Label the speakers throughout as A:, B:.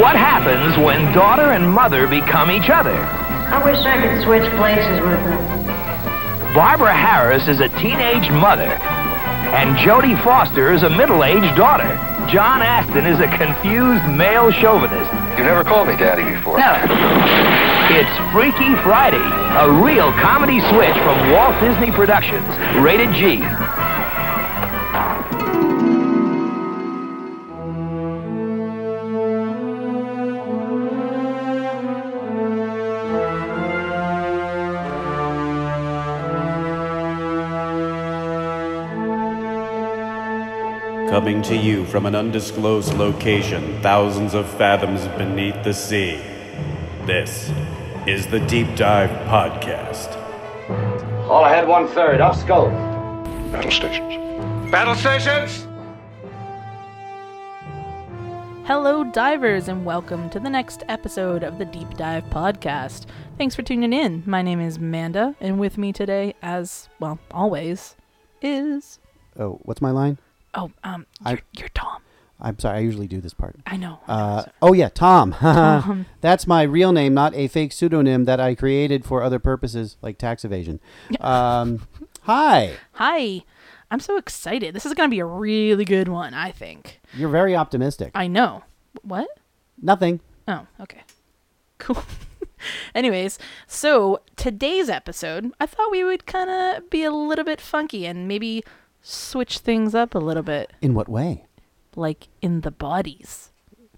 A: What happens when daughter and mother become each other?
B: I wish I could switch places with him.
A: Barbara Harris is a teenage mother, and Jodie Foster is a middle-aged daughter. John Aston is a confused male chauvinist.
C: You never called me daddy before.
A: It's Freaky Friday, a real comedy switch from Walt Disney Productions, rated G.
D: Coming to you from an undisclosed location, thousands of fathoms beneath the sea. This is the Deep Dive Podcast.
E: All ahead one third. Up scope.
C: Battle stations.
F: Battle stations!
G: Hello, divers, and welcome to the next episode of the Deep Dive Podcast. Thanks for tuning in. My name is Amanda, and with me today, as well, always, is.
H: Oh, what's my line?
G: Oh, um,
H: I-
G: you're, you're Tom.
H: I'm sorry, I usually do this part.
G: I know.
H: Uh, oh yeah, Tom. That's my real name, not a fake pseudonym that I created for other purposes like tax evasion. Um, hi,
G: Hi. I'm so excited. This is going to be a really good one, I think.
H: you're very optimistic.
G: I know. What?
H: Nothing.
G: Oh, okay. Cool. Anyways, so today's episode, I thought we would kind of be a little bit funky and maybe switch things up a little bit,
H: In what way?
G: like in the bodies.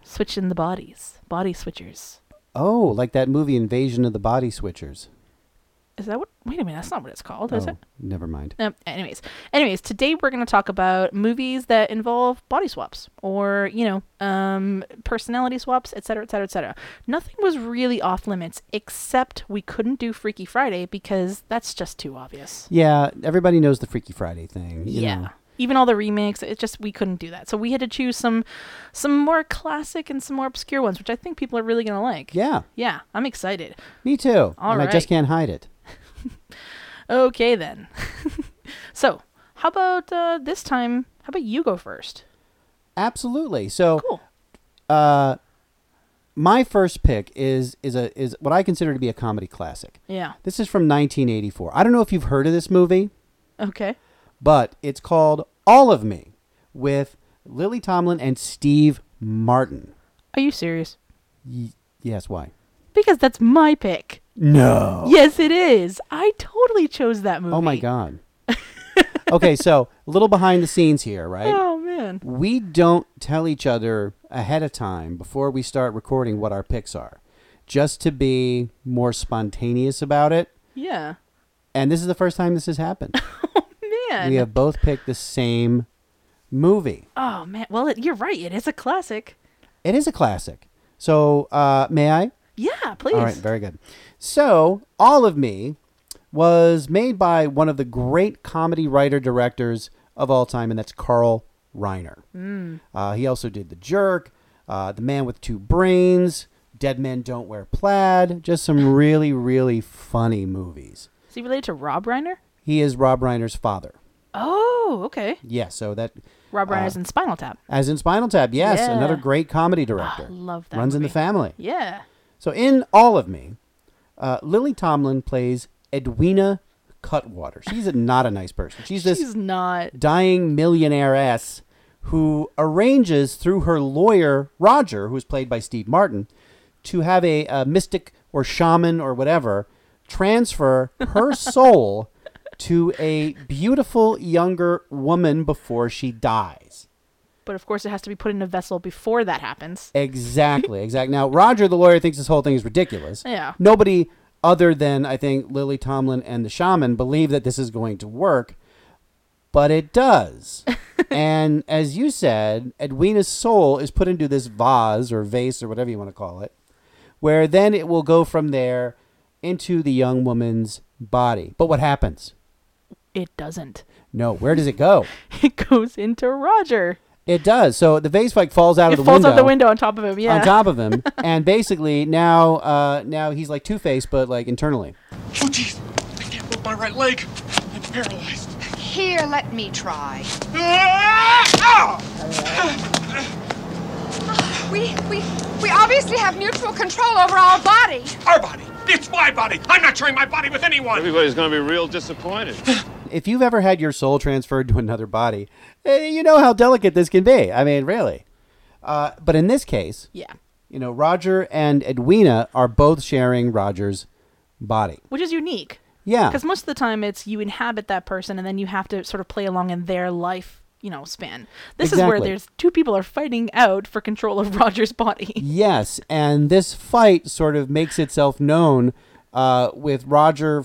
G: Switch in the bodies. Body switchers.
H: Oh, like that movie Invasion of the Body Switchers.
G: Is that what? Wait a minute, that's not what it's called, is it?
H: Oh, never mind.
G: Um, anyways, anyways, today we're going to talk about movies that involve body swaps or you know, um, personality swaps, et cetera, et cetera, et cetera. Nothing was really off limits except we couldn't do Freaky Friday because that's just too obvious.
H: Yeah, everybody knows the Freaky Friday thing. you
G: yeah.
H: know.
G: Even all the remakes, it just we couldn't do that. So we had to choose some, some more classic and some more obscure ones, which I think people are really gonna like.
H: Yeah,
G: Yeah, I'm excited.
H: me too.
G: All
H: and I just
G: right.
H: can't hide it.
G: Okay then. so how about uh, this time? How about you go first?
H: Absolutely. So
G: Cool.
H: my first pick is is a is what I consider to be a comedy classic.
G: Yeah.
H: This is from 1984. I don't know if you've heard of this movie.
G: Okay.
H: but it's called All of Me with Lily Tomlin and Steve Martin.
G: Are you serious?
H: Yes, why?
G: Because that's my pick.
H: No.
G: Yes, it is. I totally chose that movie.
H: Oh my god. okay, so a little behind the scenes here, right?
G: Oh man.
H: We don't tell each other ahead of time before we start recording what our picks are, just to be more spontaneous about it.
G: Yeah.
H: And this is the first time this has happened.
G: Man.
H: we have both picked the same movie.
G: Oh man. Well, it, you're right. It is a classic.
H: It is a classic. So, uh, may I?
G: Yeah. Please.
H: All right, very good. So, All of Me was made by one of the great comedy writer directors of all time, and that's Carl Reiner.
G: Hmm.
H: Uh, he also did The Jerk, uh, The Man with Two Brains, Dead Men Don't Wear Plaid, just some really, really funny movies.
G: Is he related to Rob Reiner?
H: He is Rob Reiner's father.
G: Oh, okay.
H: Yes, so that, Uh,
G: Rob Reiner's in Spinal Tap.
H: as in Spinal Tap, yes,
G: Yeah.
H: another great comedy director.
G: love that
H: Runs in the
G: movie.
H: family.
G: Yeah.
H: So in all of me, uh, Lily Tomlin plays Edwina Cutwater. She's a, not a nice person. She's this
G: She's not.
H: dying millionairess who arranges through her lawyer Roger, who's played by Steve Martin, to have a, a mystic or shaman or whatever transfer her soul to a beautiful younger woman before she dies.
G: But of course, it has to be put in a vessel before that happens.
H: Exactly, exactly. Now, Roger, the lawyer, thinks this whole thing is ridiculous.
G: Yeah.
H: Nobody other than, I think, Lily Tomlin and the shaman believe that this is going to work, but it does. and as you said, Edwina's soul is put into this vase or vase or whatever you want to call it, where then it will go from there into the young woman's body. But what happens?
G: It doesn't.
H: No, where does it go?
G: It goes into Roger.
H: It does. So the vase like falls out
G: It
H: of the
G: falls
H: window.
G: out the window on top of him. Yeah.
H: on top of him, and basically now uh, now he's like Two Face, but like internally.
F: Oh, jeez. I can't move my right leg. I'm paralyzed.
I: Here, let me try.
F: Ah! Ow!
I: We, we, we are obviously have mutual control over our body.
F: Our body. It's my body. I'm not sharing my body with anyone.
J: Everybody's gonna be real disappointed.
H: If you've ever had your soul transferred to another body, eh, you know how delicate this can be. I mean, really. Uh, but in this case,
G: Yeah.
H: you know, Roger and Edwina are both sharing Roger's body.
G: Which is unique.
H: Yeah.
G: Because most of the time it's you inhabit that person and then you have to sort of play along in their life, you know, span. This is where
H: Exactly.
G: there's two people are fighting out for control of Roger's body.
H: Yes, and this fight sort of makes itself known uh, with Roger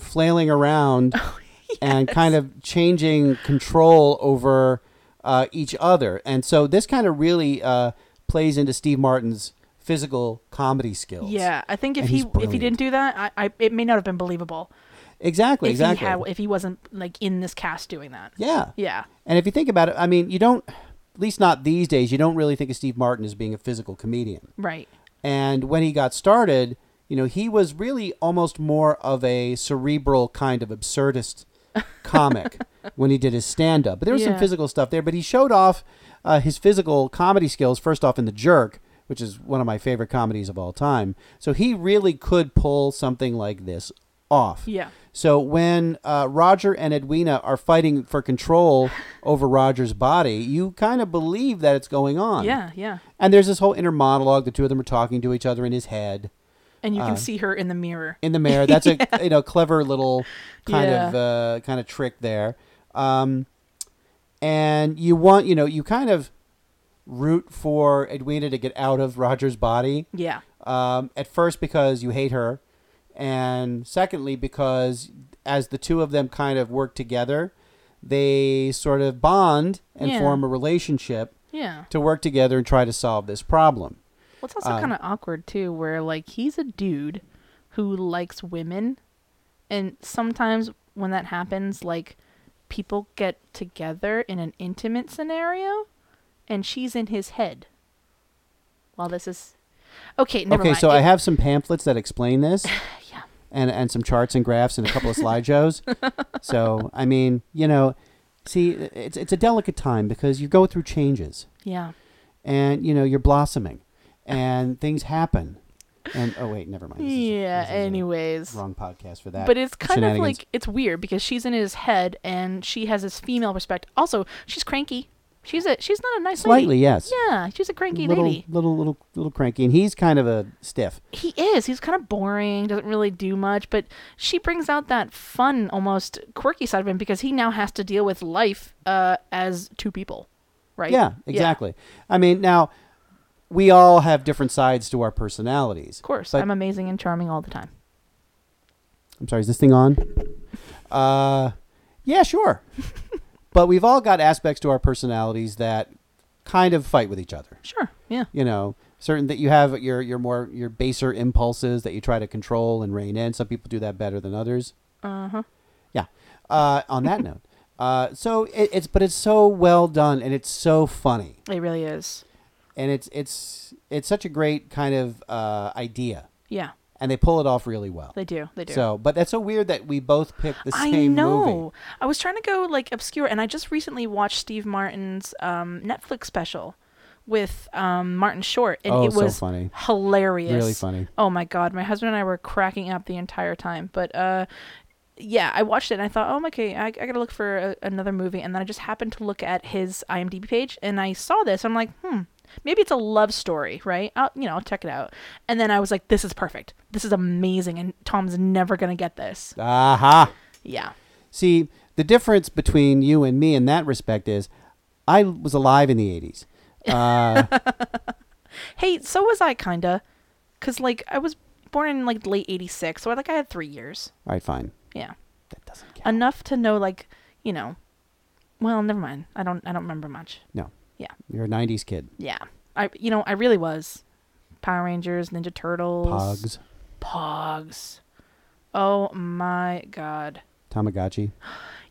H: flailing around
G: Oh,
H: and kind of changing control over uh, each other. And so this kind of really uh, plays into Steve Martin's physical comedy skills.
G: Yeah, I think if
H: And
G: he
H: he's
G: if he
H: brilliant.
G: didn't do that, I, I it may not have been believable
H: Exactly,
G: if
H: exactly.
G: he had, if he wasn't like in this cast doing that.
H: yeah.
G: Yeah.
H: And if you think about it, I mean, you don't, at least not these days, you don't really think of Steve Martin as being a physical comedian.
G: Right.
H: And when he got started, you know, he was really almost more of a cerebral kind of absurdist comic when he did his stand up. But there was some
G: Yeah.
H: physical stuff there, but he showed off uh, his physical comedy skills first off in The Jerk, which is one of my favorite comedies of all time. So he really could pull something like this off.
G: Yeah.
H: So when uh, Roger and Edwina are fighting for control over Roger's body, you kind of believe that it's going on.
G: Yeah, yeah.
H: And there's this whole inner monologue. The two of them are talking to each other in his head,
G: And you
H: Uh,
G: can see her in the mirror.
H: in the mirror. That's a you know clever little kind of
G: Yeah.
H: uh, kind of trick there. Um, and you want you know you kind of root for Edwina to get out of Roger's body.
G: yeah.
H: Um, at first because you hate her, and secondly because as the two of them kind of work together, they sort of bond and
G: Yeah.
H: form a relationship
G: Yeah.
H: to work together and try to solve this problem.
G: Well, it's also
H: Um,
G: kind of awkward too, where like he's a dude who likes women, and sometimes when that happens, like people get together in an intimate scenario, and she's in his head. While this is okay, never
H: okay,
G: mind.
H: so I
G: It-
H: have some pamphlets that explain this. And, and some charts and graphs and a couple of slideshows. so, I mean, you know, see, it's, it's a delicate time because you go through changes
G: yeah.
H: and, you know, you're blossoming and things happen. And, oh, wait, never mind. This is-
G: Yeah.
H: this is a
G: Anyways,
H: Wrong podcast for that.
G: but it's kind of
H: Shenanigans.
G: like it's weird because she's in his head and she has this female respect. Also, she's cranky. She's a she's not a nice
H: Slightly,
G: lady.
H: yes.
G: Yeah, she's a cranky
H: little,
G: lady.
H: Little, little, little cranky. And he's kind of a stiff.
G: he is. He's kind of boring, doesn't really do much, but she brings out that fun, almost quirky side of him because he now has to deal with life uh, as two people, right?
H: Yeah, exactly. I mean, now, we all have different sides to our personalities.
G: Of course.
H: But
G: I'm amazing and charming all the time.
H: I'm sorry, is this thing on? Uh, yeah, sure. but we've all got aspects to our personalities that kind of fight with each other.
G: Sure. Yeah.
H: You know, certain that you have your your more your baser impulses that you try to control and rein in. Some people do that better than others. Uh huh. Yeah. Uh, on that note, uh, so it, it's but it's so well done and it's so funny
G: It really is.
H: and it's it's it's such a great kind of uh, idea
G: Yeah.
H: and they pull it off really well.
G: They do. They do.
H: So, but that's so weird that we both picked the
G: I
H: same
G: know.
H: movie.
G: I was trying to go like obscure, and I just recently watched Steve Martin's um, Netflix special with um, Martin Short, and
H: Oh,
G: it
H: so
G: was
H: funny.
G: hilarious,
H: Really funny.
G: Oh my god, my husband and I were cracking up the entire time. But uh, yeah, I watched it and I thought, oh, okay, I, I gotta look for a, another movie, and then I just happened to look at his IMDb page, and I saw this. I'm like, hmm. Maybe it's a love story, right? I'll, you know, I'll check it out. And then I was like, this is perfect. This is amazing. And Tom's never going to get this.
H: Aha.
G: Yeah.
H: See, the difference between you and me in that respect is I was alive in the 80s.
G: Hey, so was I kinda, 'cause like I was born in like late '86, so I like I had three years.
H: All right, fine.
G: Yeah,
H: That doesn't count.
G: enough to know like, you know. Well, never mind. I don't. I don't remember much.
H: No.
G: Yeah,
H: You're a 90s kid.
G: yeah. I you know I really was. Power Rangers, Ninja Turtles,
H: Pogs,
G: Pogs. Oh my god.
H: Tamagotchi.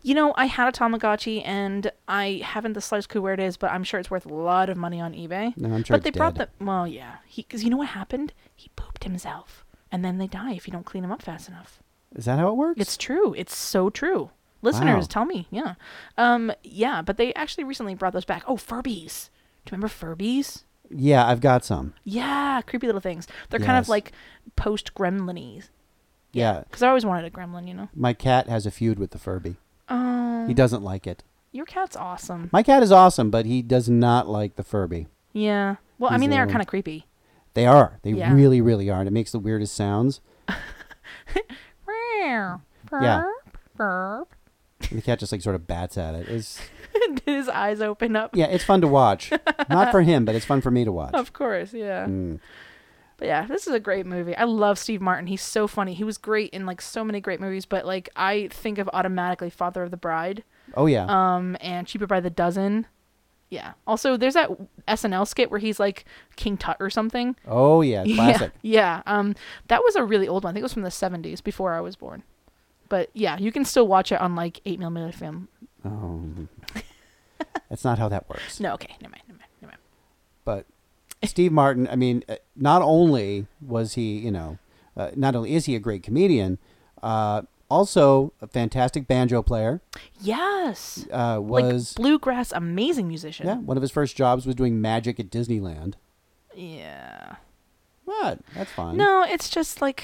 G: You know, I had a Tamagotchi and I haven't the slightest clue where it is, but I'm sure it's worth a lot of money on eBay.
H: No, I'm sure
G: But
H: it's
G: they brought
H: dead.
G: the well, yeah. He because you know what happened? He pooped himself, and then they die if you don't clean them up fast enough.
H: Is that how it works?
G: It's true. It's so true. Listeners,
H: Wow.
G: tell me. Yeah, um, yeah. But they actually recently brought those back. Oh, Furbies. Do you remember Furbies?
H: Yeah, I've got some.
G: Yeah, creepy little things. They're kind of
H: Yes.
G: like post gremlin
H: Yeah.
G: Because I always wanted a gremlin, you know.
H: My cat has a feud with the Furby.
G: Oh,
H: He doesn't like it.
G: your cat's awesome.
H: My cat is awesome, but he does not like the Furby.
G: yeah. Well, I
H: He's
G: mean, they
H: a
G: are
H: little-
G: kind of creepy.
H: They are. They
G: Yeah.
H: really, really are. And it makes the weirdest sounds.
G: Yeah.
H: And the cat just like sort of bats at it. It's
G: His eyes open up.
H: yeah, it's fun to watch. Not for him, but it's fun for me to watch.
G: Of course, yeah.
H: Mm.
G: But yeah, this is a great movie. I love Steve Martin. He's so funny. He was great in like so many great movies, but like I think of automatically Father of the Bride,
H: Oh yeah.
G: um, and Cheaper by the Dozen. Yeah. Also, there's that SNL skit where he's like King Tut or something.
H: oh yeah. Classic.
G: Yeah, yeah. Um, that was a really old one. I think it was from the '70s, before I was born. But yeah, you can still watch it on like eight millimeter film.
H: Oh. That's not how that works.
G: No, okay, never mind, never mind, never mind.
H: but Steve Martin, I mean, uh, not only was he, you know, uh, not only is he a great comedian, uh, also a fantastic banjo player.
G: Yes.
H: Uh, was
G: like bluegrass amazing musician.
H: yeah, one of his first jobs was doing magic at Disneyland.
G: Yeah.
H: What? That's fine.
G: No, it's just like,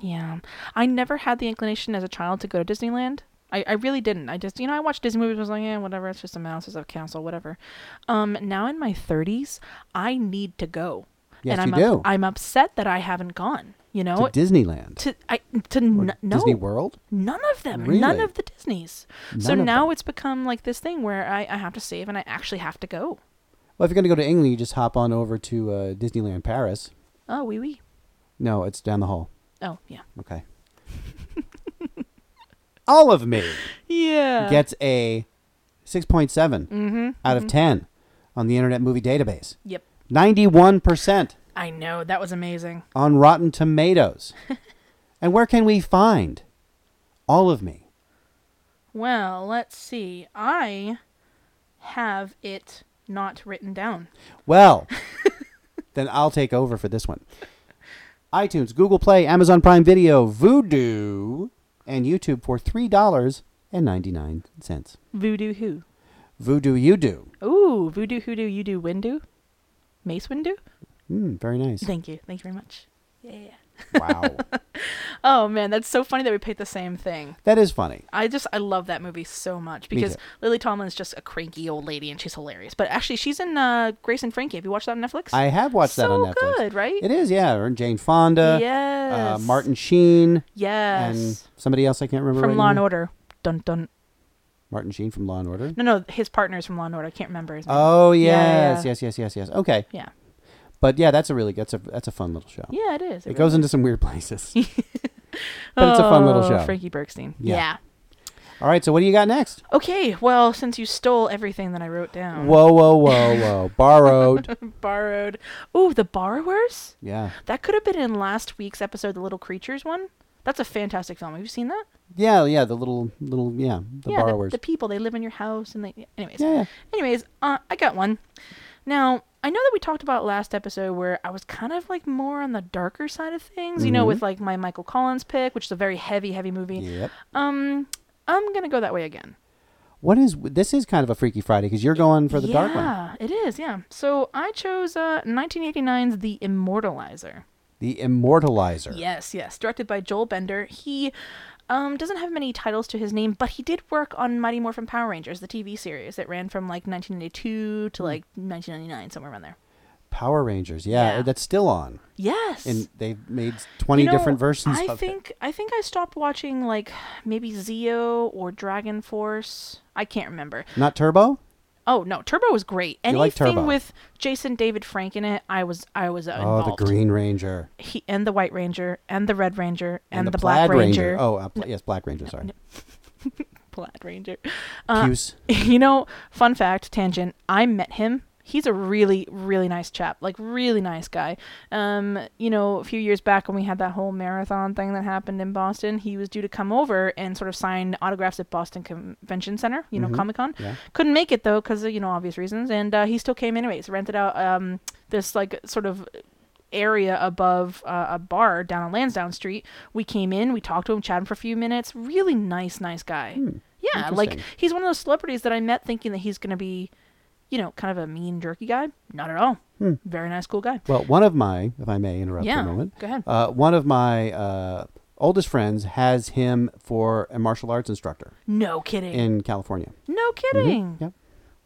G: yeah. I never had the inclination as a child to go to Disneyland. I, I really didn't. I just, you know, I watched Disney movies. I was like, yeah, whatever. It's just a mouse. It's a castle, whatever. Um, now in my 30s, I need to go.
H: Yes,
G: and I'm
H: you do.
G: I'm upset that I haven't gone. You know,
H: to Disneyland.
G: to I to
H: Or
G: n- no
H: Disney World.
G: None of them. None
H: Really?
G: of the Disneys. so
H: None of
G: now
H: them.
G: it's become like this thing where I, I have to save and I actually have to go.
H: Well, if you're going to go to England, you just hop on over to uh, Disneyland Paris.
G: Oh, wee wee.
H: No, it's down the hall.
G: Oh, yeah.
H: Okay. All of me
G: Yeah.
H: gets a 6.7 out of 10 on the Internet Movie Database.
G: yep.
H: 91%
G: I know. That was amazing.
H: on Rotten Tomatoes. and where can we find all of me?
G: Well, let's see. I have it not written down.
H: Well, then I'll take over for this one. iTunes, Google Play, Amazon Prime Video, Voodoo, and YouTube for $3.99.
G: Voodoo who?
H: Voodoo you do.
G: Ooh, voodoo hoodoo you do windu? Mace windu?
H: Mm, very nice.
G: Thank you. Thank you very much.
H: Wow.
G: Oh man, that's so funny that we picked the same thing.
H: that is funny.
G: I just I love that movie so much because
H: too.
G: Lily Tomlin is just a cranky old lady and she's hilarious. But actually, she's in uh, Grace and Frankie. Have you watched that on Netflix?
H: I have watched that on
G: So
H: Netflix.
G: good, right?
H: It is, yeah. Her and Jane Fonda. Uh,
G: Yes.
H: Martin Sheen.
G: yes
H: And somebody else I can't remember.
G: from
H: right
G: Law and
H: now.
G: Order. Dun dun.
H: Martin Sheen from Law and Order.
G: No, no, his partner is from Law and Order. I can't remember his name.
H: Oh
G: Yeah, yeah,
H: yes,
G: yeah.
H: yes, yes, yes, yes. Okay,
G: yeah,
H: but yeah, that's a really that's a that's a fun little show.
G: yeah, it is.
H: it goes into some weird places, but it's a fun little
G: Oh,
H: show.
G: Frankie Bergstein.
H: Yeah.
G: yeah.
H: All right, so what do you got next?
G: Okay. Well, since you stole everything that I wrote down,
H: Whoa, whoa, whoa, whoa! Borrowed.
G: borrowed. Ooh, the borrowers.
H: Yeah,
G: That could have been in last week's episode, the Little Creatures one. That's a fantastic film. Have you seen that?
H: yeah, yeah. The little, little, yeah, the
G: yeah,
H: borrowers.
G: The, people they live in your house and they. Anyways.
H: Yeah, yeah.
G: Anyways, uh, I got one. Now I know that we talked about last episode where I was kind of like more on the darker side of things, you
H: Mm-hmm.
G: know, with like my Michael Collins pick, which is a very heavy, heavy movie.
H: Yep.
G: Um, I'm gonna go that way again.
H: What is this? Is kind of a Freaky Friday because you're going for the
G: yeah,
H: dark one,
G: it is. Yeah. So I chose uh, 1989's The Immortalizer.
H: the Immortalizer.
G: Yes, yes. Directed by Joel Bender. He um, doesn't have many titles to his name, but he did work on Mighty Morphin Power Rangers, the TV series that ran from like 1992
H: Hmm.
G: to like 1999, somewhere around there.
H: Power Rangers. Yeah,
G: Yeah.
H: that's still on,
G: Yes.
H: and they've made twenty
G: You know,
H: different versions.
G: I
H: of it.
G: think I think I stopped watching like maybe Zeo or Dragon Force. I can't remember.
H: not Turbo.
G: Oh no, Turbo was great. Anything
H: like Turbo?
G: with Jason David Frank in it, I was I was uh,
H: Oh,
G: involved.
H: the Green Ranger
G: He and the White Ranger and the Red Ranger and, the,
H: Plaid
G: Black Ranger.
H: Oh, uh, pla- yes, Black Ranger. Sorry,
G: Plaid Ranger. Uh,
H: Puce.
G: you know, fun fact, tangent. I met him. He's a really, really nice chap. Like, really nice guy. Um, you know, a few years back when we had that whole marathon thing that happened in Boston, he was due to come over and sort of sign autographs at Boston Convention Center. You know, Comic Con. Couldn't make it though, because you know obvious reasons, and uh, he still came anyways. Rented out um this like sort of area above uh, a bar down on Lansdowne Street. We came in, we talked to him, chatted for a few minutes. Really nice, nice guy. yeah, like
H: Hmm. interesting.
G: he's one of those celebrities that I met thinking that he's gonna be you know, kind of a mean, jerky guy. Not at all.
H: Hmm.
G: Very nice, cool guy.
H: Well, one of my, if I may interrupt for
G: Yeah,
H: a moment,
G: go ahead.
H: Uh, one of my uh, oldest friends has him for a martial arts instructor
G: No kidding.
H: in California. Mm-hmm.
G: no kidding.
H: Yep.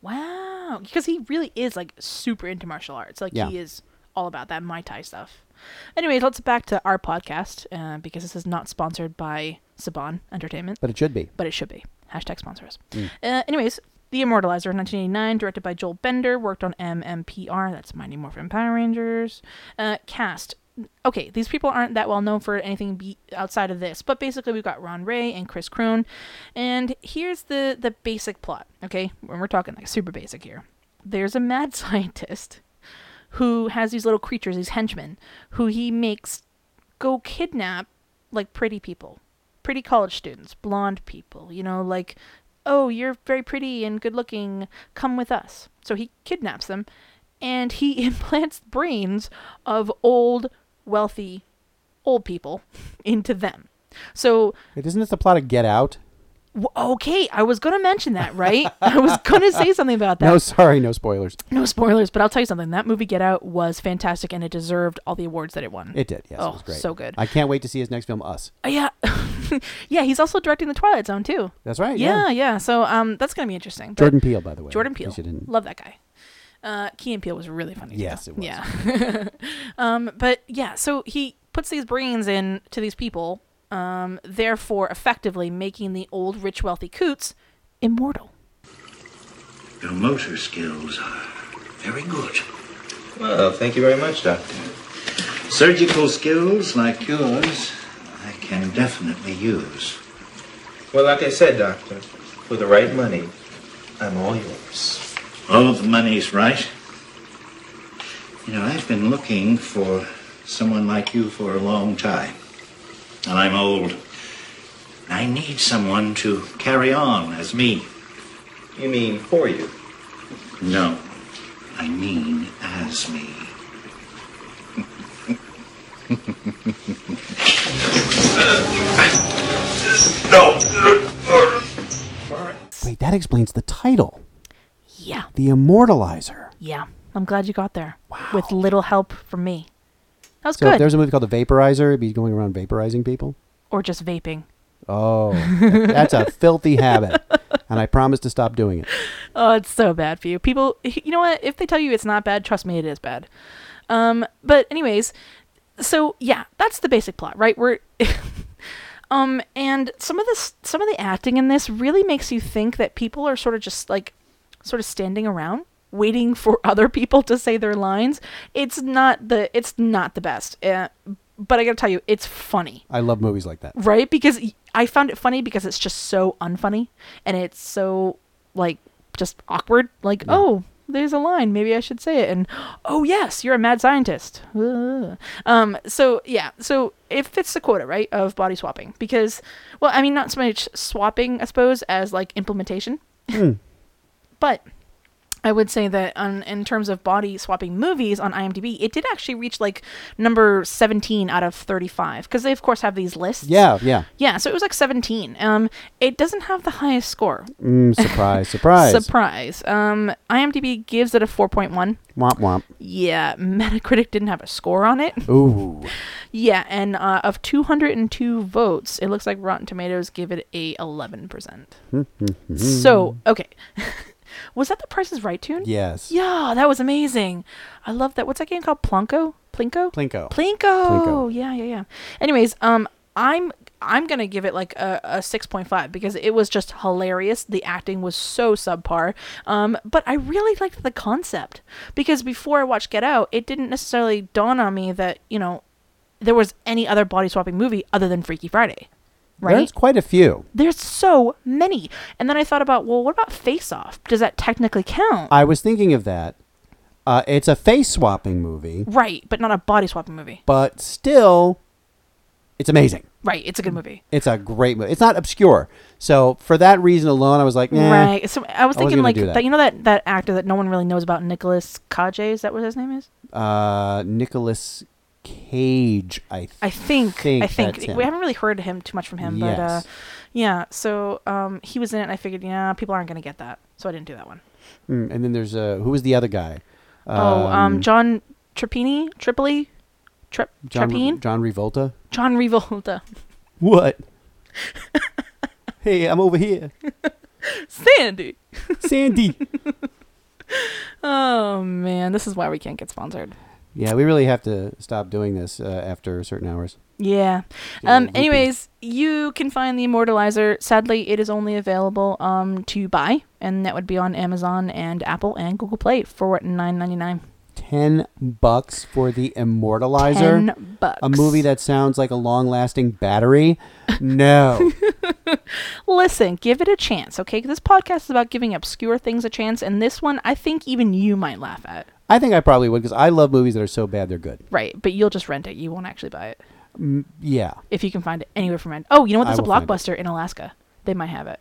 G: Wow. Because he really is like super into martial arts. Like
H: Yeah.
G: he is all about that Muay Thai stuff. Anyways, let's back to our podcast uh, because this is not sponsored by Saban Entertainment.
H: But it should be.
G: but it should be. Hashtag sponsor us. Uh, anyways, The Immortalizer, 1989, directed by Joel Bender, worked on MMPR, that's Mighty Morphin Power Rangers. Uh, cast. Okay, these people aren't that well known for anything be- outside of this, but basically we've got Ron Ray and Chris Kroon. And here's the, the basic plot, okay? When we're talking like super basic here. There's a mad scientist who has these little creatures, these henchmen, who he makes go kidnap like pretty people, pretty college students, blonde people, you know, like, oh, you're very pretty and good looking, come with us. So he kidnaps them and he implants brains of old, wealthy, old people into them. So
H: Wait, isn't this the plot of Get Out?
G: w- okay, I was gonna mention that, right? I was gonna say something about that.
H: No, sorry, no spoilers.
G: No spoilers, but I'll tell you something. That movie Get Out was fantastic and it deserved all the awards that it won.
H: It did. Yes,
G: Oh,
H: it was great.
G: so good.
H: I can't wait to see his next film, Us.
G: Uh, yeah. yeah, he's also directing The Twilight Zone too.
H: That's right.
G: yeah,
H: Yeah.
G: yeah. So um that's going to be interesting. But
H: Jordan Peele, by the way.
G: Jordan
H: in
G: Peele.
H: case you didn't-
G: Love that guy. Uh Key and Peele was really funny. too.
H: Yes, it was.
G: Yeah. um but yeah, so he puts these brains in to these people, um therefore effectively making the old rich wealthy coots immortal.
K: Your motor skills are very good.
L: Well, thank you very much, Doctor.
K: Surgical skills like yours, I can definitely use.
L: Well, like I said, Doctor, for the right money, I'm all yours.
K: All of the money's right. You know, I've been looking for someone like you for a long time. And I'm old. I need someone to carry on as me.
L: You mean for you?
K: No, I mean as me.
H: Wait, that explains the title
G: Yeah.
H: The Immortalizer.
G: Yeah. I'm glad you got there. Wow. With little help from me. That was
H: So if
G: good.
H: there's a movie called The Vaporizer, it'd be going around vaporizing people.
G: or just vaping.
H: Oh, that's a filthy habit. And I promise to stop doing it.
G: Oh, it's so bad for you. People, you know what? If they tell you it's not bad, trust me, it is bad. Um, but anyways, so yeah, that's the basic plot, right? We're um and some of this some of the acting in this really makes you think that people are sort of just like sort of standing around waiting for other people to say their lines. It's not the it's not the best. Uh, but I got to tell you, it's funny
H: I love movies like that.
G: right because y- i found it funny because it's just so unfunny and it's so like just awkward like oh there's a line maybe i should say it and oh yes you're a mad scientist Ugh. um so yeah so it fits the quota right of body swapping because well i mean not so much swapping i suppose as like implementation but I would say that on, in terms of body swapping movies on IMDb, it did actually reach like number 17 out of 35 because they of course have these lists.
H: Yeah, yeah.
G: Yeah, so it was like 17. Um, it doesn't have the highest score.
H: Mm, surprise, surprise.
G: Surprise. Um, IMDb gives it a 4.1.
H: womp womp.
G: Yeah, Metacritic didn't have a score on it.
H: Ooh.
G: Yeah, and uh, of 202 votes, it looks like Rotten Tomatoes give it a 11%. so, okay. was that the Price is Right tune?
H: Yes.
G: Yeah, that was amazing. I love that. What's that game called? Plunko? Plinko?
H: Plinko.
G: Plinko.
H: Plinko.
G: Yeah, yeah, yeah. Anyways, um, I'm I'm gonna give it like a, a six point five because it was just hilarious. The acting was so subpar. Um, but I really liked the concept because before I watched Get Out, it didn't necessarily dawn on me that you know there was any other body swapping movie other than Freaky Friday, right?
H: There's quite a few.
G: There's so many. And then I thought about, well, what about Face Off? Does that technically count?
H: I was thinking of that. Uh, it's a face swapping movie,
G: Right, but not a body swapping movie.
H: but still, it's amazing.
G: Right, it's a
H: Mm.
G: good movie.
H: It's a great movie. It's not obscure. So for that reason alone, I was like, eh.
G: Right. So I was
H: I wasn't
G: thinking
H: gonna
G: like
H: do
G: that.
H: that.
G: you know that that actor that no one really knows about, Nicholas Cage. Is that what his name is?
H: Uh, Nicholas Cage, I, th-
G: I think. I think
H: that's him.
G: we haven't really heard him too much from him, but uh,
H: Yes.
G: yeah. So um, he was in it, and I figured, yeah, people aren't gonna get that, so I didn't do that one.
H: Mm, and then there's uh, who was the other guy?
G: oh, um, John Trapini, Tripoli, Trip,
H: John,
G: Trapine,
H: John Revolta.
G: John Revolta.
H: What? hey, I'm over here,
G: Sandy.
H: Sandy.
G: oh man, this is why we can't get sponsored.
H: yeah, we really have to stop doing this uh, after certain hours.
G: Yeah.
H: Yeah,
G: Um.
H: would be.
G: Anyways, you can find the Immortalizer. Sadly, it is only available um to buy, and that would be on Amazon and Apple and Google Play for nine ninety nine.
H: Ten bucks for the Immortalizer.
G: Ten bucks.
H: A movie that sounds like a long-lasting battery. No.
G: Listen, give it a chance, okay? 'Cause This podcast is about giving obscure things a chance, and this one I think even you might laugh at.
H: I think I probably would because I love movies that are so bad they're good.
G: Right, but you'll just rent it. You won't actually buy it.
H: Mm, yeah.
G: If you can find it anywhere from rent. Oh, you know what?
H: I
G: There's a
H: will find it.
G: blockbuster in Alaska. They might have it.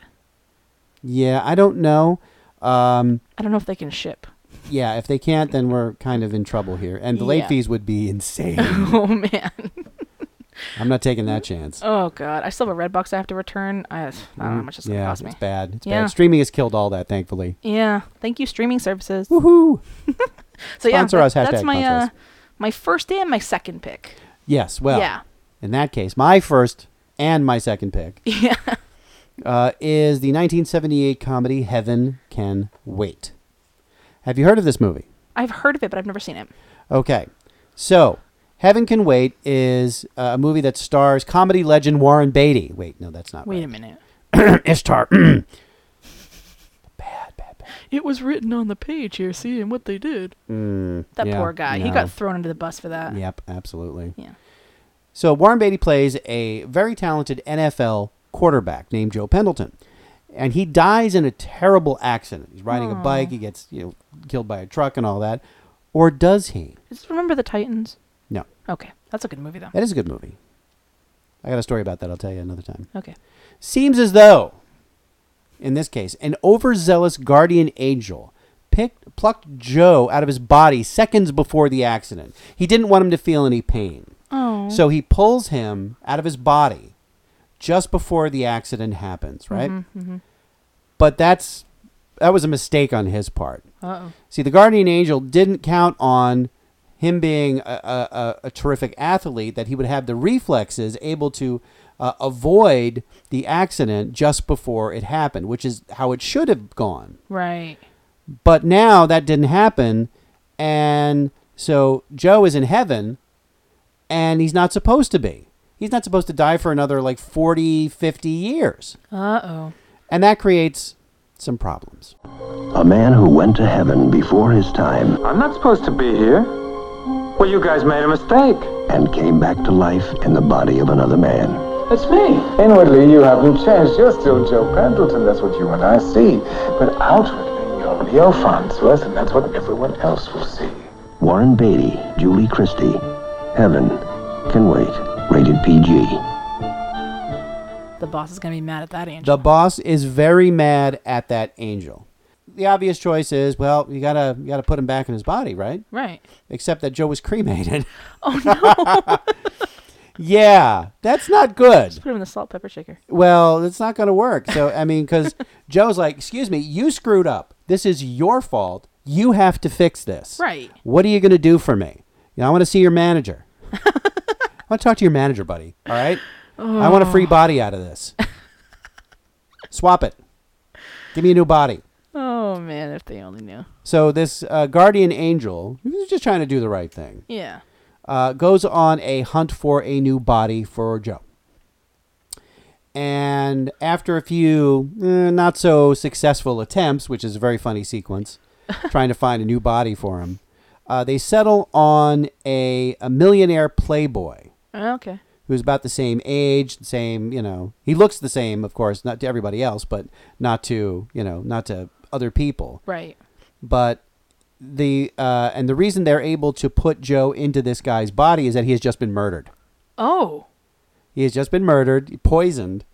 H: Yeah, I don't know. Um,
G: I don't know if they can ship.
H: yeah, if they can't, then we're kind of in trouble here. And the late
G: Yeah.
H: fees would be insane.
G: oh man.
H: I'm not taking that chance.
G: Oh god. I still have a red box I have to return. I, I don't know how
H: Mm,
G: much it's gonna
H: yeah,
G: cost me.
H: It's bad. It's
G: Yeah.
H: bad. Streaming has killed all that, thankfully.
G: Yeah. Thank you, streaming services.
H: Woohoo!
G: so yeah,
H: Sponsor
G: that-
H: us, hashtag
G: that's my uh,
H: sponsor
G: my first and my second pick.
H: Yes, well,
G: Yeah.
H: in that case, my first and my second pick
G: Yeah.
H: uh, is the 1978 comedy Heaven Can Wait. Have you heard of this movie?
G: I've heard of it, but I've never seen it.
H: Okay. So, Heaven Can Wait is uh, a movie that stars comedy legend Warren Beatty. Wait, no, that's not
G: Wait
H: right.
G: a minute.
H: Ishtar.
G: It was written on the page here, see, and what they did.
H: Mm,
G: That
H: yeah,
G: poor guy. He
H: no.
G: got thrown under the bus for that.
H: Yep, absolutely.
G: Yeah.
H: So Warren Beatty plays a very talented NFL quarterback named Joe Pendleton, and he dies in a terrible accident. He's riding a
G: Aw.
H: bike. He gets you know killed by a truck and all that, or does he?
G: Just remember the Titans.
H: No,
G: Okay, that's a good movie though.
H: that is a good movie. I got a story about that. I'll tell you another time.
G: Okay.
H: Seems as though, in this case, an overzealous guardian angel picked, plucked Joe out of his body seconds before the accident. He didn't want him to feel any pain.
G: Oh.
H: So he pulls him out of his body just before the accident happens, right? But that's that was a mistake on his part.
G: Uh-oh.
H: See, the guardian angel didn't count on him being a, a, a, a terrific athlete that he would have the reflexes able to uh, avoid the accident just before it happened, which is how it should have gone.
G: Right.
H: But now that didn't happen, and so Joe is in heaven, and he's not supposed to be. He's not supposed to die for another like 40, 50 years.
G: Uh oh.
H: And that creates some problems.
M: A man who went to heaven before his time. I'm not supposed to be here. Well, you guys made a mistake. And came back to life in the body of another man.
N: It's me. Inwardly, you haven't changed. You're still Joe Pendleton. That's what you and I see. But outwardly, you're Leo Farnsworth, and that's what everyone else will see.
M: Warren Beatty, Julie Christie. Heaven can wait. Rated PG.
G: The boss is gonna be mad at that angel.
H: The boss is very mad at that angel. The obvious choice is, well, you gotta you gotta put him back in his body, right?
G: Right.
H: Except that Joe was cremated. Oh no. yeah, that's not good.
G: Just put him in the salt pepper shaker.
H: Well, it's not going to work. So, I mean, because Joe's like, excuse me, you screwed up. This is your fault. You have to fix this.
G: Right.
H: What are you going to do for me? You know, I want to see your manager. I want to talk to your manager, buddy. All right. I want a free body out of this. Swap it. Give me a new body.
G: Oh man, if they only knew.
H: So, this uh, guardian angel, who's just trying to do the right thing,
G: Yeah.
H: uh, goes on a hunt for a new body for Joe. And after a few eh, not so successful attempts, which is a very funny sequence, trying to find a new body for him, uh, they settle on a, a millionaire playboy
G: Okay.
H: who's about the same age, the same, you know, he looks the same, of course, not to everybody else, but not to, you know, not to other people
G: Right.
H: but the uh, and the reason they're able to put Joe into this guy's body is that he has just been murdered.
G: Oh.
H: He has just been murdered, poisoned.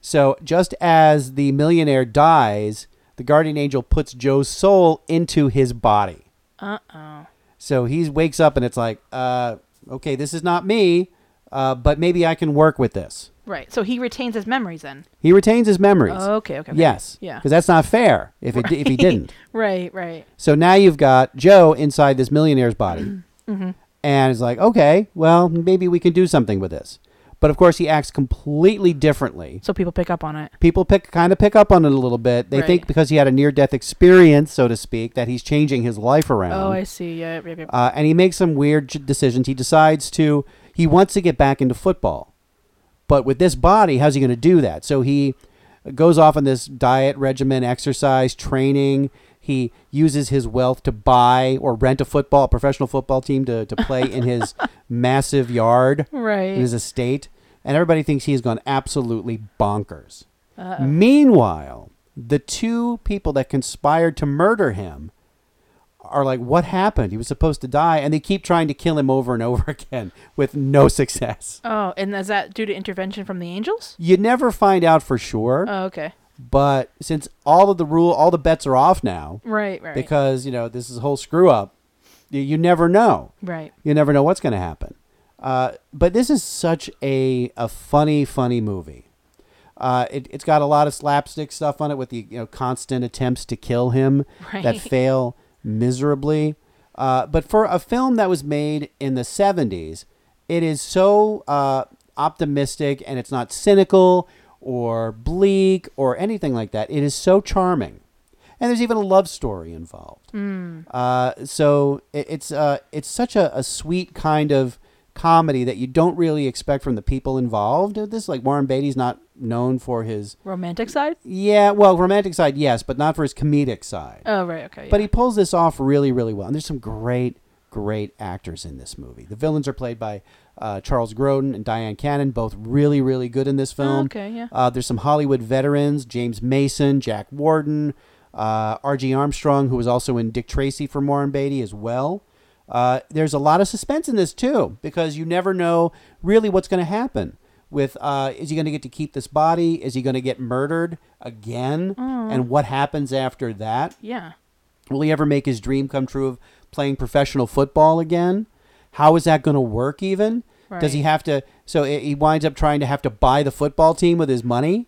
H: So just as the millionaire dies, the guardian angel puts Joe's soul into his body.
G: Uh oh.
H: So he wakes up and it's like, uh, okay, this is not me, uh, but maybe I can work with this.
G: Right. So he retains his memories then.
H: He retains his memories.
G: Okay, okay, okay.
H: Yes.
G: Yeah.
H: Because that's not fair if it, if he didn't.
G: Right, right.
H: So now you've got Joe inside this millionaire's body,
G: Mm-hmm.
H: and it's like, okay, well, maybe we can do something with this. But of course, he acts completely differently.
G: So people pick up on it.
H: People pick kind of pick up on it a little bit. They think
G: Right.
H: because he had a near death experience, so to speak, that he's changing his life around.
G: Oh, I see. Yeah, yep, yep.
H: Um, Uh, and he makes some weird j- decisions. He decides to he wants to get back into football, but with this body, how's he going to do that? So he goes off on this diet regimen, exercise, training. He uses his wealth to buy or rent a football, a professional football team to, to play in his massive yard,
G: Right.
H: in his estate. And everybody thinks he's gone absolutely bonkers.
G: Uh-oh.
H: Meanwhile, the two people that conspired to murder him are like, what happened? He was supposed to die. And they keep trying to kill him over and over again with no success.
G: oh, and is that due to intervention from the angels?
H: You never find out for sure.
G: Oh, okay.
H: But since all of the rule, all the bets are off now.
G: Right, right.
H: Because, you know, this is a whole screw up. You, you never know.
G: Right.
H: You never know what's going to happen. Uh, but this is such a, a funny, funny movie. Uh, it, it's got a lot of slapstick stuff on it with the you know constant attempts to kill him that
G: Right.
H: fail miserably. Uh, but for a film that was made in the 70s, it is so uh, optimistic and it's not cynical or bleak or anything like that. It is so charming. And there's even a love story involved.
G: Mm.
H: Uh, so it, it's uh, it's such a, a sweet kind of comedy that you don't really expect from the people involved. in This like Warren Beatty's not known for his
G: Romantic side?
H: yeah, well, romantic side yes, but not for his comedic side.
G: Oh, right. Okay.
H: But he pulls this off really, really well. And there's some great, great actors in this movie. The villains are played by uh, Charles Grodin and Diane Cannon, both really, really good in this film.
G: Oh, okay, yeah.
H: Uh, there's some Hollywood veterans James Mason, Jack Warden, uh, R.G. Armstrong, who was also in Dick Tracy for Warren Beatty as well. Uh, there's a lot of suspense in this too, because you never know really what's going to happen. With uh, is he going to get to keep this body? Is he going to get murdered again?
G: Mm.
H: And what happens after that?
G: yeah.
H: Will he ever make his dream come true of playing professional football again? How is that going to work even? Does he
G: Right.
H: have to? So he he winds up trying to have to buy the football team with his money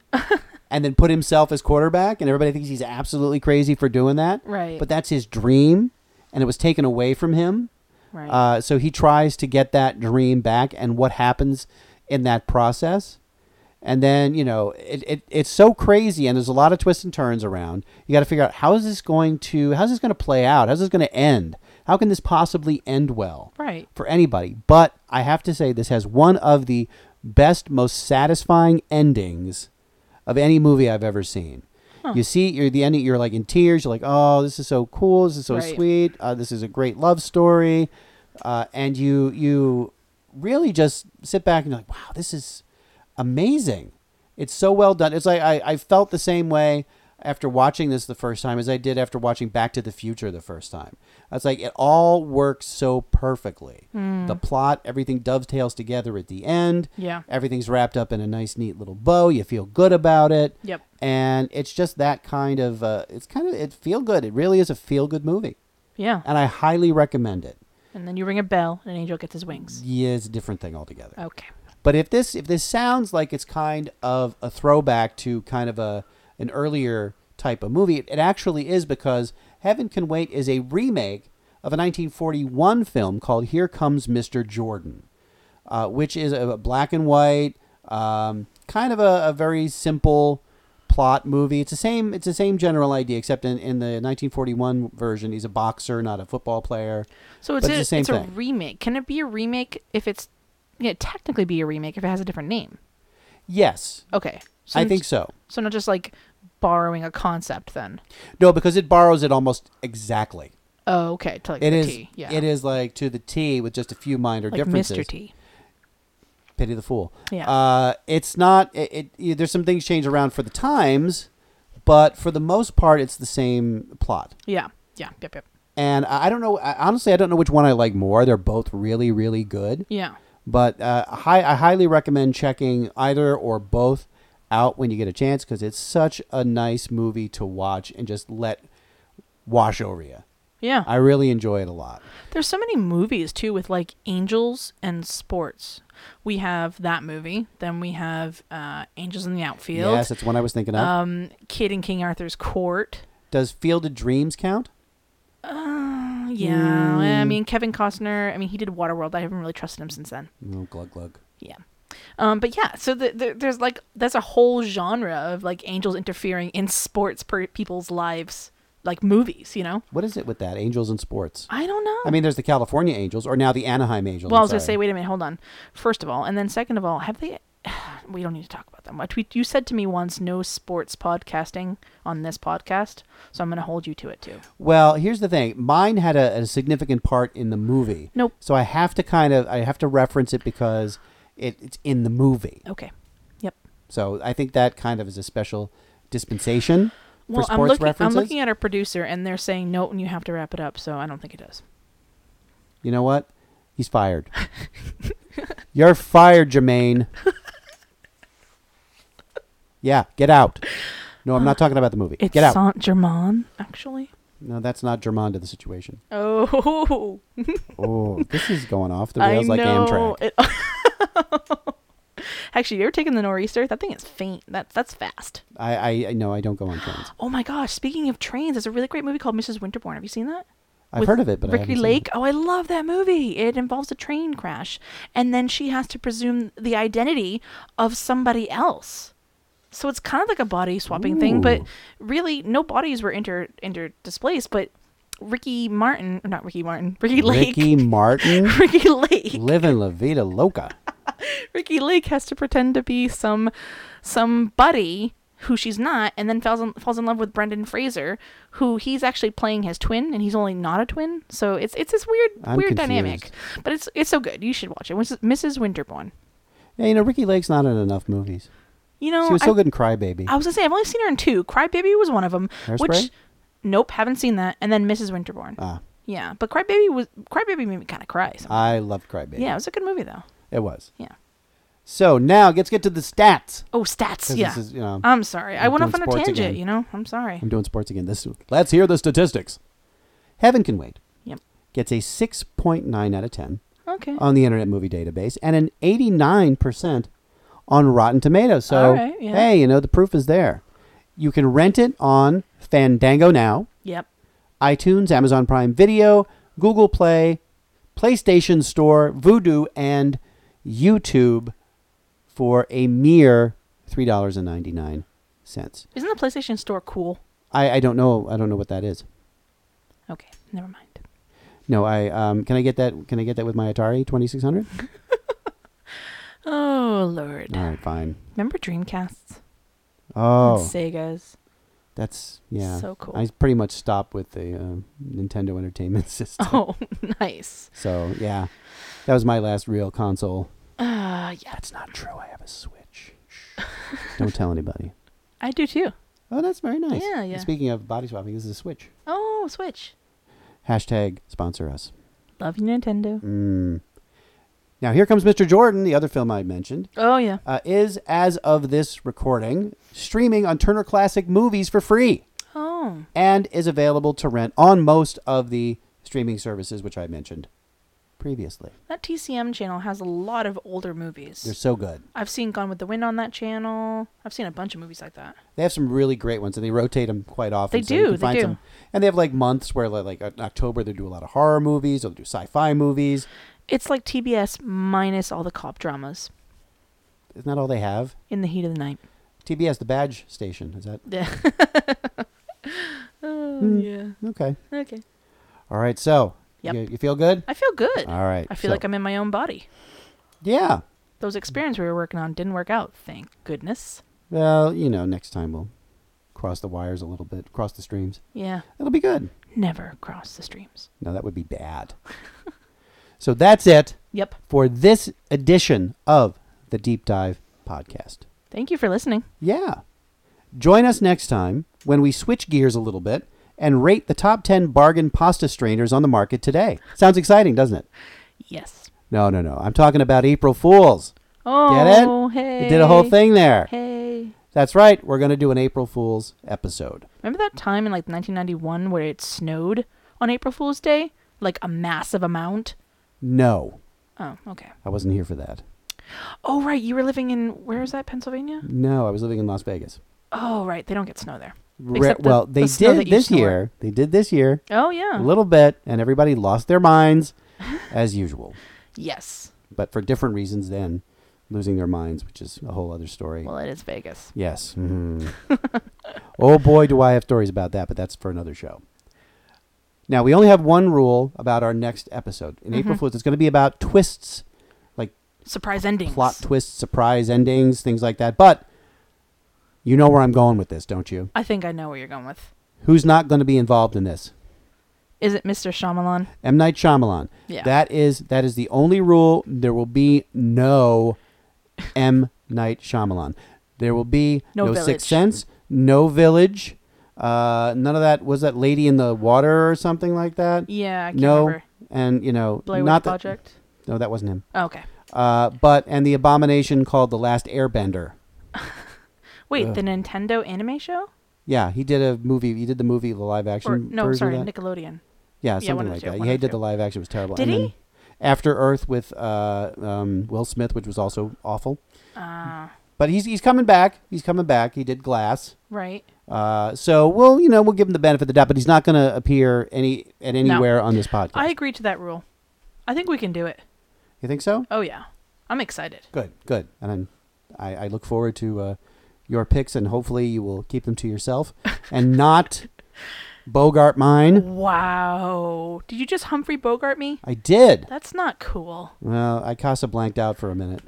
H: and then put himself as quarterback, and everybody thinks he's absolutely crazy for doing that.
G: Right.
H: But that's his dream, and it was taken away from him.
G: Right.
H: Uh, so he tries to get that dream back, and what happens in that process? And then you know it, it it's so crazy, and there's a lot of twists and turns around. You got to figure out how is this going to how's this going to play out? How's this going to end? How can this possibly end well?
G: Right.
H: for anybody. But I have to say, this has one of the best, most satisfying endings of any movie I've ever seen.
G: Huh.
H: You see, you're the ending. You're like in tears. You're like, oh, this is so cool. This is so
G: Right.
H: sweet. Uh, this is a great love story, uh, and you you really just sit back and you're like, wow, this is amazing. It's so well done. It's like I, I felt the same way after watching this the first time as I did after watching Back to the Future the first time. It's like it all works so perfectly.
G: Mm.
H: The plot, everything dovetails together at the end.
G: Yeah.
H: Everything's wrapped up in a nice, neat little bow. You feel good about it.
G: Yep.
H: And it's just that kind of, uh, it's kind of, it feel good. It really is a feel good movie.
G: Yeah.
H: And I highly recommend it.
G: And then you ring a bell and an angel gets his wings.
H: Yeah, it's a different thing altogether.
G: Okay.
H: But if this if this sounds like it's kind of a throwback to kind of a an earlier type of movie, it, it actually is because Heaven Can Wait is a remake of a 1941 film called Here Comes Mr. Jordan, uh, which is a, a black and white, um, kind of a, a very simple plot movie. It's the same. It's the same general idea, except in, in the 1941 version, he's a boxer, not a football player.
G: So it's,
H: But
G: a,
H: the same
G: it's
H: thing.
G: a remake. Can it be a remake if it's yeah, it'd technically be a remake if it has a different name?
H: yes,
G: Okay.
H: I
G: n-
H: think so.
G: So not just like borrowing a concept then.
H: No, because it borrows it almost exactly.
G: Oh, okay. To like
H: It
G: the
H: is.
G: T. Yeah.
H: It is like to the T with just a few minor
G: like
H: differences.
G: Mr. T.
H: Pity the fool.
G: Yeah.
H: Uh, it's not. It, it you- there's some things change around for the times, but for the most part, it's the same plot.
G: Yeah. Yeah. Yep. Yep.
H: And I I don't know. I, honestly, I don't know which one I like more. They're both really, really good.
G: Yeah.
H: But uh, hi, I highly recommend checking either or both out when you get a chance because it's such a nice movie to watch and just let wash over you.
G: Yeah.
H: I really enjoy it a lot.
G: There's so many movies too with like angels and sports. We have that movie. Then we have uh, Angels in the Outfield.
H: Yes, that's one I was thinking of.
G: Um, Kid in King Arthur's Court.
H: Does Field of Dreams count?
G: Uh, yeah. I
H: Mm.
G: mean, Kevin Costner. I mean, he did Waterworld. I haven't really trusted him since then.
H: No, Oh, glug glug.
G: Yeah. Um, but yeah, so the, the, there's like that's a whole genre of like angels interfering in sports per people's lives, like movies, you know.
H: What is it with that? Angels and sports.
G: I don't know.
H: I mean, there's the California Angels, or now the Anaheim Angels.
G: well, I
H: I'm
G: was gonna
H: sorry.
G: say, wait a minute, hold on. First of all, and then second of all, have they? We don't need to talk about that much. We, you said to me once, no sports podcasting on this podcast, so I'm gonna hold you to it too.
H: Well, here's the thing. Mine had a, a significant part in the movie.
G: Nope.
H: So I have to kind of I have to reference it because it, it's in the movie.
G: Okay. Yep.
H: So I think that kind of is a special dispensation
G: Well,
H: for sports
G: I'm looking. I'm
H: references.
G: looking at our producer, and they're saying no, and you have to wrap it up. So I don't think it does.
H: You know what? He's fired. You're fired, Jermaine. yeah, get out. No, I'm not talking about the movie.
G: It's
H: get out.
G: Saint Germain, actually.
H: no, that's not Jermond to the situation.
G: Oh.
H: Oh, this is going off the
G: I
H: rails like
G: know.
H: Amtrak.
G: It- Actually, you ever taken the nor'easter? That thing is faint. That that's fast.
H: I, I I no, I don't go on trains.
G: Oh my gosh! Speaking of trains, there's a really great movie called Mrs. Winterbourne. Have you seen that?
H: I've heard of it, but I
G: Ricky
H: haven't seen
G: Lake. Oh, I love that movie. It involves a train crash, and then she has to presume the identity of somebody else. So it's kind of like a body swapping thing, but
O: Ooh.
G: really, no bodies were inter inter displaced. But Ricky Martin, not Ricky Martin, Ricky Lake,
H: Ricky Martin.
G: Ricky Lake.
H: Living La Vida Loca.
G: Ricky Lake has to pretend to be some somebody who she's not, and then falls in, falls in love with Brendan Fraser, who he's actually playing his twin, and he's only not a twin. So it's it's this weird
H: I'm
G: weird dynamic, but it's it's so good. You should watch it. Which is Mrs. Winterbourne.
H: Yeah, you know, Ricky Lake's not in enough movies.
G: You know,
H: she was so
G: I-
H: good in Crybaby.
G: I was gonna say I've only seen her in two. Crybaby was one of them.
H: Hairspray?
G: Which, nope, haven't seen that. And then Mrs. Winterbourne.
H: Ah.
G: Yeah, but Crybaby was Crybaby made me kind of cry. So.
H: I loved Crybaby.
G: Yeah, it was a good movie though.
H: It was.
G: Yeah.
H: So now let's get to the stats.
G: Oh, stats.
H: 'Cause
G: Yeah.
H: this is, you know,
G: I'm sorry. I
H: I'm
G: went off
H: doing
G: on a
H: sports
G: tangent.
H: again.
G: You know, I'm sorry.
H: I'm doing sports again. This let's hear the statistics. Heaven Can Wait
G: Yep. Uh,
H: gets a 6.9 out of 10
G: Okay.
H: on the Internet Movie Database and an 89% on Rotten Tomatoes. So
G: All right, yeah.
H: hey, you know the proof is there. You can rent it on Fandango now,
G: Yep.
H: iTunes, Amazon Prime Video, Google Play, PlayStation Store, Vudu, and YouTube for a mere three dollars and ninety nine cents.
G: Isn't the PlayStation Store cool?
H: I, I don't know I don't know what that is.
G: Okay, never mind.
H: No, I um, can I get that can I get that with my Atari twenty six hundred?
G: Oh lord.
H: All right, fine.
G: Remember Dreamcasts?
H: Oh,
G: And Segas.
H: that's yeah.
G: So cool.
H: I pretty much stopped with the uh, Nintendo Entertainment System.
G: Oh, nice.
H: So yeah, that was my last real console.
G: Uh, yeah.
H: That's not true. I have a Switch. Don't tell anybody.
G: I do too.
H: Oh, that's very nice.
G: Yeah, yeah.
H: Speaking of body swapping, this is a Switch.
G: Oh, Switch.
H: Hashtag sponsor us.
G: Love you, Nintendo.
H: Mm. Now here comes Mr. Jordan, the other film I mentioned.
G: Oh yeah.
H: uh, is, as of this recording, streaming on Turner Classic Movies for free
G: Oh.
H: and is available to rent on most of the streaming services which I mentioned previously.
G: That TCM channel has a lot of older movies.
H: They're so good.
G: I've seen Gone with the Wind on that channel. I've seen a bunch of movies like that.
H: They have some really great ones, and they rotate them quite often.
G: They
H: so you
G: do,
H: can
G: they
H: find
G: do.
H: Some, and they have like months where, like, like in October, they do a lot of horror movies. They'll do sci-fi movies.
G: It's like TBS minus all the cop dramas
H: Isn't that all they have?
G: in the heat of the night.
H: TBS, the badge station. Is that?
G: Yeah. oh,
H: Hmm,
G: yeah.
H: Okay.
G: Okay.
H: All right. So,
G: Yep.
H: you, you feel good?
G: I feel good.
H: All right.
G: I feel
H: so-
G: like I'm in my own body.
H: Yeah.
G: Those experiments we were working on didn't work out, thank goodness.
H: Well, you know, next time we'll cross the wires a little bit, cross the streams.
G: Yeah.
H: It'll be good.
G: Never cross the streams.
H: No, that would be bad. so that's it.
G: Yep.
H: For this edition of the Deep Dive podcast.
G: Thank you for listening.
H: Yeah. Join us next time when we switch gears a little bit and rate the top 10 bargain pasta strainers on the market today. Sounds exciting, doesn't it?
G: Yes.
H: No, no, no. I'm talking about April Fools.
G: Oh,
H: Get it?
G: hey.
H: You did a whole thing there.
G: Hey.
H: That's right. We're going to do an April Fools episode.
G: Remember that time in like 1991 where it snowed? on April Fool's Day? Like a massive amount?
H: No,
G: Oh, okay.
H: I wasn't here for that.
G: Oh, right. You were living in, where is that, Pennsylvania?
H: No, I was living in Las Vegas.
G: Oh, right. They don't get snow there.
H: Re-
G: Except the-
H: well,
G: the
H: they
G: snow that
H: did
G: you
H: this
G: snort.
H: year. They did this year.
G: Oh, yeah.
H: a little bit, and everybody lost their minds, as usual,
G: Yes.
H: but for different reasons. Then losing their minds, which is a whole other story.
G: Well, it is Vegas.
H: Yes. mhm. oh boy, do I have stories about that, but that's for another show. Now we only have one rule about our next episode in April
G: Mhm.
H: Fools. It's going to be about twists, like
G: Surprise endings.
H: plot twists, surprise endings, things like that. But you know where I'm going with this, don't you?
G: I think I know where you're going with.
H: Who's not going to be involved in this?
G: Is it Mr. Shyamalan?
H: M Night Shyamalan.
G: Yeah.
H: That is that is the only rule. There will be no M Night Shyamalan. There will be
G: No
H: no,
G: Village.
H: Sixth Sense, no Village. Uh, none of that was that Lady in the Water or something like that.
G: Yeah, I can't
H: no,
G: remember.
H: and you know,
G: Blair Witch
H: not that-
G: Project?
H: no, that wasn't him.
G: Oh, okay.
H: Uh, but and the abomination called the Last Airbender.
G: Wait,
H: Ugh.
G: the Nintendo anime show?
H: Yeah, he did a movie. He did the movie, the live action.
G: Or, no,
H: version of
G: sorry,
H: that.
G: Nickelodeon.
H: Yeah,
G: one of
H: something
G: the
H: like
G: two,
H: that.
G: one
H: Yeah,
G: of
H: he
G: the
H: did
G: two.
H: the live action. It was terrible.
G: Did
H: and
G: he?
H: Then After Earth with uh, um, Will Smith, which was also awful.
G: Ah,
H: But he's he's coming back. He's coming back. He did Glass.
G: right.
H: Uh, so we'll you know we'll give him the benefit of the doubt, but he's not going to appear any at anywhere on this podcast.
G: I agree to that rule. I think we can do it.
H: you think so?
G: Oh, yeah. I'm excited.
H: Good, good. And I'm, I I look forward to uh, your picks, and hopefully you will keep them to yourself and not Bogart
G: Uh.
H: mine.
G: Wow. Did you just Humphrey Bogart me?
H: I did.
G: That's not cool.
H: Well, I casa blanked out for a minute.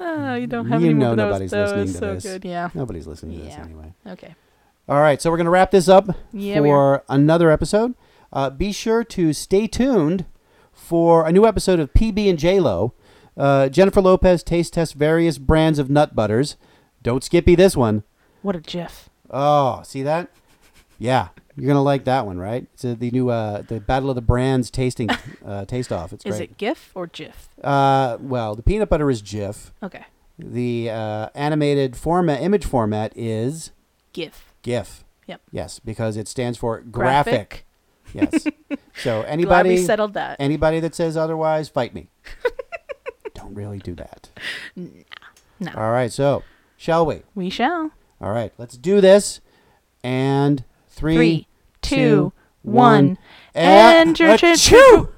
G: Oh, you don't have
H: you
G: any more
H: know
G: of those.
H: nobody's
G: That
H: listening
G: was
H: to
G: so
H: this.
G: good. Yeah.
H: Nobody's listening to this
G: Yeah.
H: anyway.
G: Okay.
H: All right, so we're going to wrap this up
G: Yeah, we
H: for another episode. Uh, be sure to stay tuned for a new episode of PB and J Lo. Uh, Jennifer Lopez taste tests various brands of nut butters. Don't skippy this one.
G: What a gif.
H: Oh, see that? Yeah, you're gonna like that one, right? It's uh, the new uh, the Battle of the Brands tasting uh, taste off. It's
G: Is
H: great.
G: it GIF or GIF?
H: Uh, well, the peanut butter is GIF.
G: Okay.
H: The uh, animated format image format is
G: GIF.
H: GIF.
G: Yep.
H: Yes, because it stands for graphic.
G: Graphic.
H: Yes. so anybody
G: settled that.
H: Anybody that says otherwise, fight me. Don't really do that.
G: No.
H: All right. So shall we?
G: We shall.
H: All right. Let's do this. And three,
G: Three,
H: two,
G: two,
H: one,
G: one. And your
H: a
G: chin-
H: chew.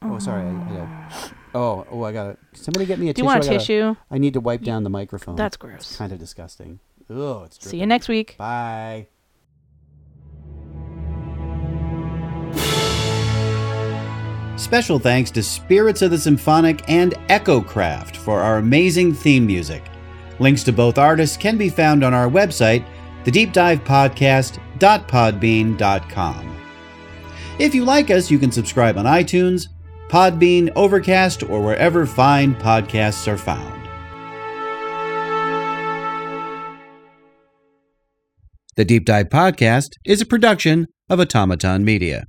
H: Oh, sorry. I, I gotta- oh, oh, I got to Somebody get me a
G: Do
H: tissue.
G: you want a
H: I gotta-
G: tissue?
H: I need to wipe down the microphone.
G: That's gross.
H: Kind of disgusting. Oh, it's
G: See you next week.
H: Bye. Special thanks to Spirits of the Symphonic and Echo Craft for our amazing theme music. Links to both artists can be found on our website, thedeepdivepodcast.podbean.com. If you like us, you can subscribe on iTunes, Podbean, Overcast, or wherever fine podcasts are found. The Deep Dive Podcast is a production of Automaton Media.